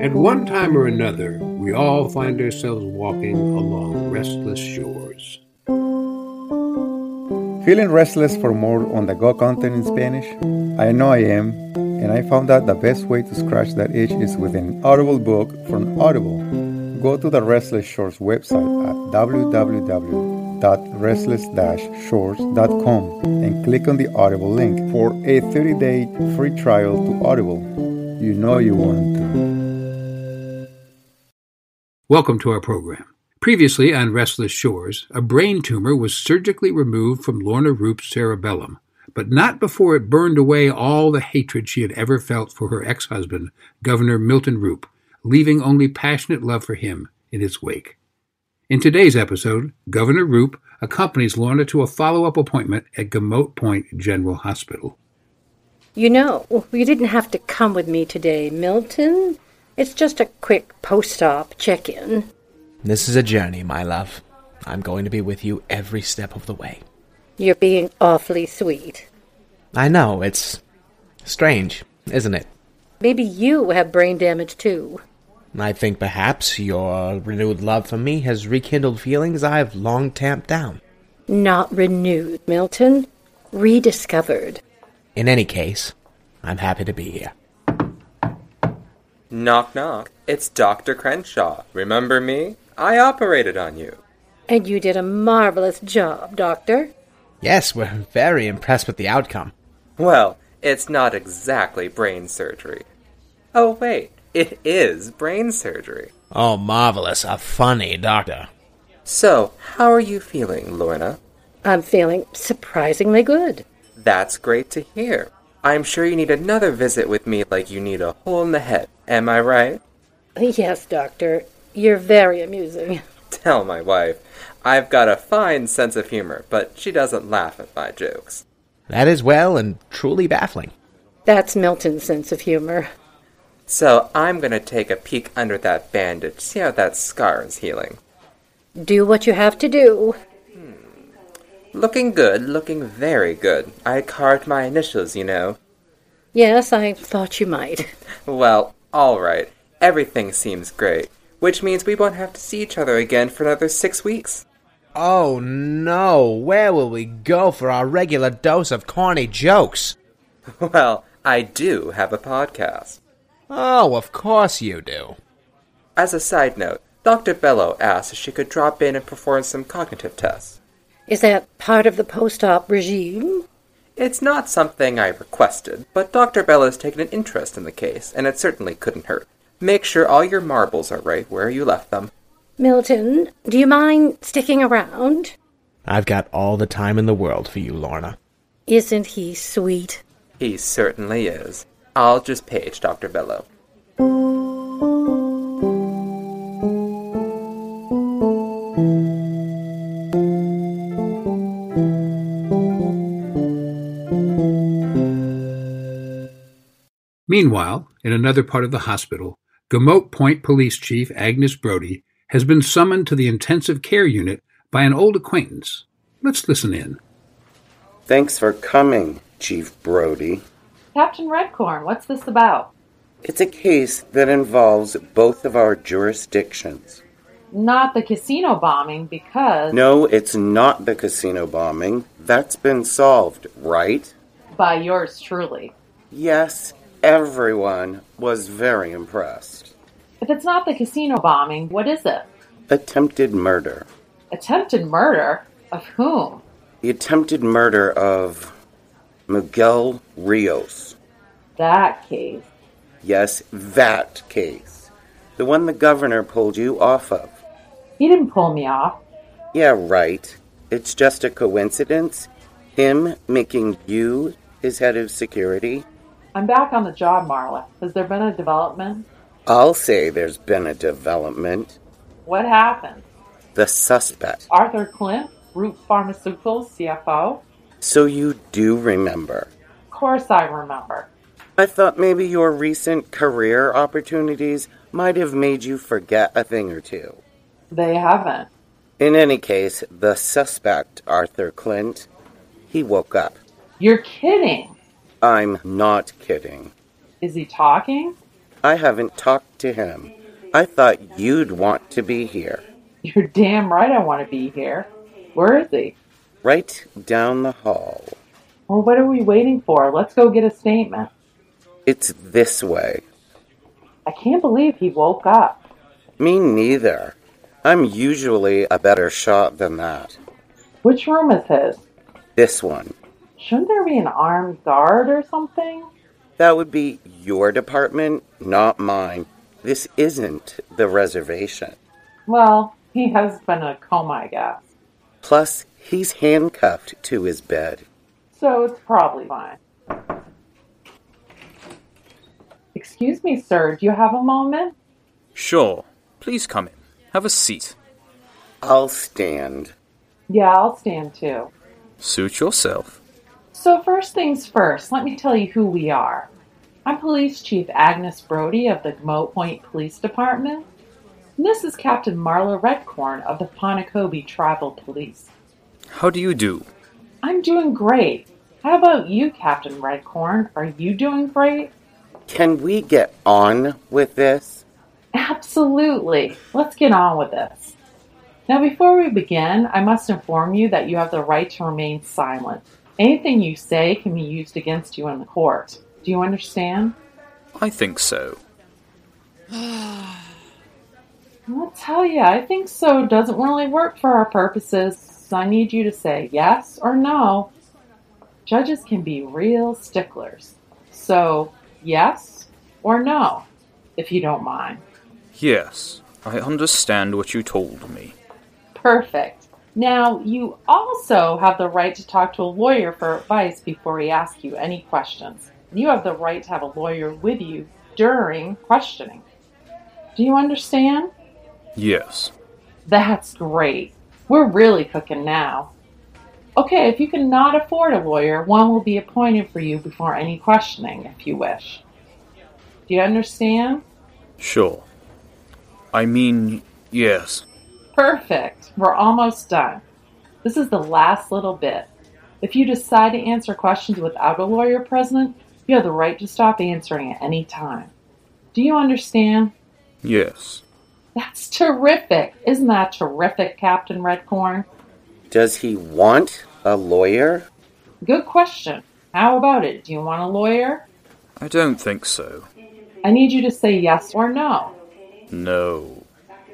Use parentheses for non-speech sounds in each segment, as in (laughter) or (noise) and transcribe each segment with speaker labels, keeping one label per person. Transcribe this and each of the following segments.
Speaker 1: At one time or another, we all find ourselves walking along restless shores.
Speaker 2: Feeling restless for more on the go content in Spanish? I know I am, and I found out the best way to scratch that itch is with an Audible book from Audible. Go to the Restless Shores website at www.restless-shores.com and click on the Audible link for a 30-day free trial to Audible. You know you want to.
Speaker 1: Welcome to our program. Previously on Restless Shores, a brain tumor was surgically removed from Lorna Roop's cerebellum, but not before it burned away all the hatred she had ever felt for her ex husband, Governor Milton Roop, leaving only passionate love for him in its wake. In today's episode, Governor Roop accompanies Lorna to a follow up appointment at Gamote Point General Hospital.
Speaker 3: You know, you didn't have to come with me today, Milton. It's just a quick post op check in.
Speaker 4: This is a journey, my love. I'm going to be with you every step of the way.
Speaker 3: You're being awfully sweet.
Speaker 4: I know, it's strange, isn't it?
Speaker 3: Maybe you have brain damage too.
Speaker 4: I think perhaps your renewed love for me has rekindled feelings I've long tamped down.
Speaker 3: Not renewed, Milton. Rediscovered.
Speaker 4: In any case, I'm happy to be here.
Speaker 5: Knock knock. It's Dr. Crenshaw. Remember me? I operated on you.
Speaker 3: And you did a marvelous job, Doctor.
Speaker 4: Yes, we're very impressed with the outcome.
Speaker 5: Well, it's not exactly brain surgery. Oh, wait. It is brain surgery.
Speaker 4: Oh, marvelous. A funny doctor.
Speaker 5: So, how are you feeling, Lorna?
Speaker 3: I'm feeling surprisingly good.
Speaker 5: That's great to hear. I'm sure you need another visit with me like you need a hole in the head. Am I right? (laughs)
Speaker 3: Yes, Doctor. You're very amusing.
Speaker 5: Tell my wife. I've got a fine sense of humor, but she doesn't laugh at my jokes.
Speaker 4: That is well and truly baffling.
Speaker 3: That's Milton's sense of humor.
Speaker 5: So I'm gonna take a peek under that bandage, see how that scar is healing.
Speaker 3: Do what you have to do.
Speaker 5: Looking good, looking very good. I carved my initials, you know.
Speaker 3: Yes, I thought you might.
Speaker 5: Well, alright. Everything seems great. Which means we won't have to see each other again for another six weeks. (laughs)
Speaker 4: Oh no, where will we go for our regular dose of corny jokes?
Speaker 5: Well, I do have a podcast.
Speaker 4: Oh, of course you do.
Speaker 5: As a side note, Dr. Bello asked if she could drop in and perform some cognitive tests.
Speaker 3: Is that part of the post op regime?
Speaker 5: It's not something I requested, but Dr. Bella's taken an interest in the case, and it certainly couldn't hurt. Make sure all your marbles are right where you left them.
Speaker 3: Milton, do you mind sticking around?
Speaker 4: I've got all the time in the world for you, Lorna.
Speaker 3: Isn't he sweet?
Speaker 5: He certainly is. I'll just page Dr. Bello.
Speaker 1: Meanwhile, in another part of the hospital, Gamote Point Police Chief Agnes Brody has been summoned to the intensive care unit by an old acquaintance. Let's listen in.
Speaker 6: Thanks for coming, Chief Brody.
Speaker 7: Captain Redcorn, what's this about?
Speaker 6: It's a case that involves both of our jurisdictions.
Speaker 7: Not the casino bombing, because
Speaker 6: No, it's not the casino bombing. That's been solved, right?
Speaker 7: by yours truly.
Speaker 6: Yes, everyone was very impressed.
Speaker 7: If it's not the casino bombing, what is it?
Speaker 6: Attempted murder.
Speaker 7: Attempted murder? Of whom?
Speaker 6: The attempted murder of Miguel Rios.
Speaker 7: That case.
Speaker 6: Yes, that case. The one the governor pulled you off of.
Speaker 7: He didn't pull me off.
Speaker 6: Yeah, right. It's just a coincidence. Him making you his head of security.
Speaker 7: I'm back on the job, Marla. Has there been a development?
Speaker 6: I'll say there's been a development.
Speaker 7: What happened?
Speaker 6: The suspect.
Speaker 7: Arthur Clint, Root Pharmaceuticals CFO?
Speaker 6: So you do remember.
Speaker 7: Of course I remember.
Speaker 6: I thought maybe your recent career opportunities might have made you forget a thing or two.
Speaker 7: They haven't.
Speaker 6: In any case, the suspect, Arthur Clint, he woke up.
Speaker 7: You're kidding.
Speaker 6: I'm not kidding.
Speaker 7: Is he talking? (laughs)
Speaker 6: I haven't talked to him. I thought you'd want to be here.
Speaker 7: You're damn right I want to be here. Where is he?
Speaker 6: Right down the hall.
Speaker 7: Well, what are we waiting for? Let's go get a statement.
Speaker 6: It's this way.
Speaker 7: I can't believe he woke up.
Speaker 6: Me neither. I'm usually a better shot than that.
Speaker 7: Which room is his?
Speaker 6: This one.
Speaker 7: Shouldn't there be an armed guard or something?
Speaker 6: That would be your department, not mine. This isn't the reservation.
Speaker 7: Well, he has been in a coma, I guess.
Speaker 6: Plus, he's handcuffed to his bed.
Speaker 7: So it's probably fine. Excuse me, sir. Do you have a moment?
Speaker 8: Sure. Please come in. Have a seat.
Speaker 6: I'll stand.
Speaker 7: Yeah, I'll stand too.
Speaker 8: Suit yourself.
Speaker 7: So, first things first, let me tell you who we are. I'm Police Chief Agnes Brody of the Gmo Point Police Department. And this is Captain Marla Redcorn of the Ponacobe Tribal Police.
Speaker 8: How do you do?
Speaker 7: I'm doing great. How about you, Captain Redcorn? Are you doing great?
Speaker 6: Can we get on with this?
Speaker 7: Absolutely. Let's get on with this. Now, before we begin, I must inform you that you have the right to remain silent. Anything you say can be used against you in the court. Do you understand?
Speaker 8: I
Speaker 7: (sighs)
Speaker 8: think so.
Speaker 7: I'll tell you, I think so doesn't really work for our purposes. So I need you to say yes or no. Judges can be real sticklers. So, yes or no, if you don't mind.
Speaker 8: Yes, I understand what you told me.
Speaker 7: Perfect. Now, you also have the right to talk to a lawyer for advice before he asks you any questions. You have the right to have a lawyer with you during questioning. Do you understand?
Speaker 8: Yes.
Speaker 7: That's great. We're really cooking now. Okay, if you cannot afford a lawyer, one will be appointed for you before any questioning, if you wish. Do you understand?
Speaker 8: Sure. I mean, yes.
Speaker 7: Perfect. We're almost done. This is the last little bit. If you decide to answer questions without a lawyer present, you have the right to stop answering at any time. Do you understand?
Speaker 8: Yes.
Speaker 7: That's (laughs) terrific. Isn't that terrific, Captain Redcorn?
Speaker 6: Does he want a lawyer?
Speaker 7: Good question. How about it? Do you want a lawyer?
Speaker 8: I don't think so.
Speaker 7: I need you to say yes or no.
Speaker 8: No.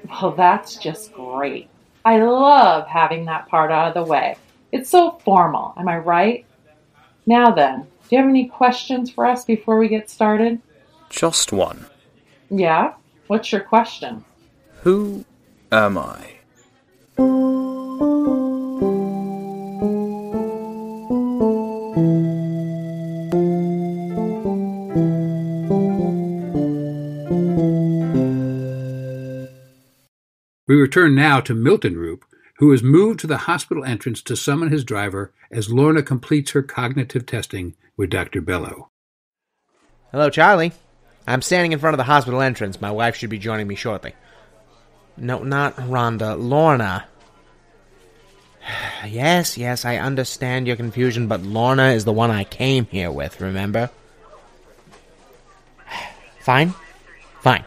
Speaker 7: Well, Oh, that's just great. I love having that part out of the way. It's so formal, am I right? Now then, do you have any questions for us before we get started?
Speaker 8: Just one.
Speaker 7: Yeah? What's your question?
Speaker 8: Who am I?
Speaker 1: We return now to Milton Roop, who is moved to the hospital entrance to summon his driver as Lorna completes her cognitive testing with Dr. Bellow.
Speaker 4: Hello, Charlie. I'm standing in front of the hospital entrance. My wife should be joining me shortly. No, not Rhonda, Lorna. (sighs) yes, yes, I understand your confusion, but Lorna is the one I came here with, remember? (sighs) Fine? Fine.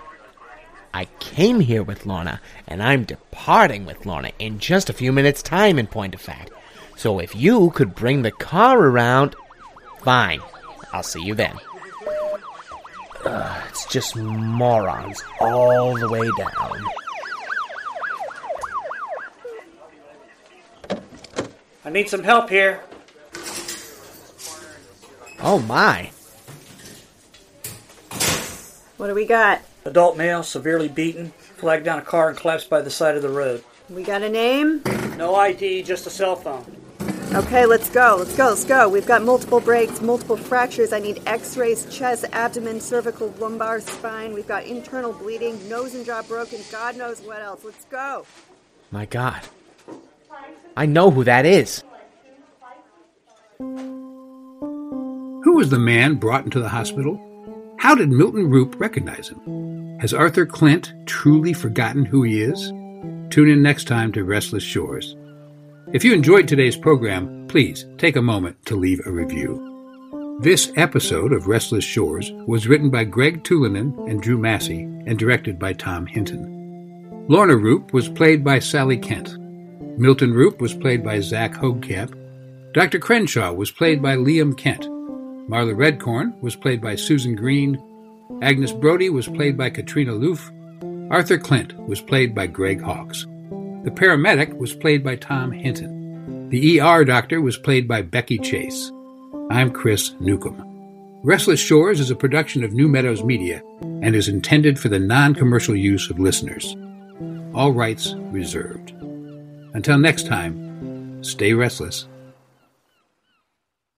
Speaker 4: I came here with Lorna, and I'm departing with Lorna in just a few minutes' time, in point of fact. So if you could bring the car around, fine. I'll see you then. Ugh, it's just morons all the way down.
Speaker 9: I need some help here.
Speaker 4: Oh my.
Speaker 10: What do we got?
Speaker 9: Adult male, severely beaten, flagged down a car and collapsed by the side of the road.
Speaker 10: We got a name?
Speaker 9: No ID, just a cell phone.
Speaker 10: Okay, let's go. Let's go. Let's go. We've got multiple breaks, multiple fractures. I need x rays, chest, abdomen, cervical, lumbar, spine. We've got internal bleeding, nose and jaw broken. God knows what else. Let's go.
Speaker 4: My god. I know who that is.
Speaker 1: Who was the man brought into the hospital? How did Milton Roop recognize him? Has Arthur Clint truly forgotten who he is? Tune in next time to Restless Shores. If you enjoyed today's program, please take a moment to leave a review. This episode of Restless Shores was written by Greg Tulinen and Drew Massey and directed by Tom Hinton. Lorna Roop was played by Sally Kent. Milton Roop was played by Zach Hogekamp. Dr. Crenshaw was played by Liam Kent. Marla Redcorn was played by Susan Green. Agnes Brody was played by Katrina Loof. Arthur Clint was played by Greg Hawkes. The paramedic was played by Tom Hinton. The ER doctor was played by Becky Chase. I'm Chris Newcomb. Restless Shores is a production of New Meadows Media and is intended for the non commercial use of listeners. All rights reserved. Until next time, stay restless.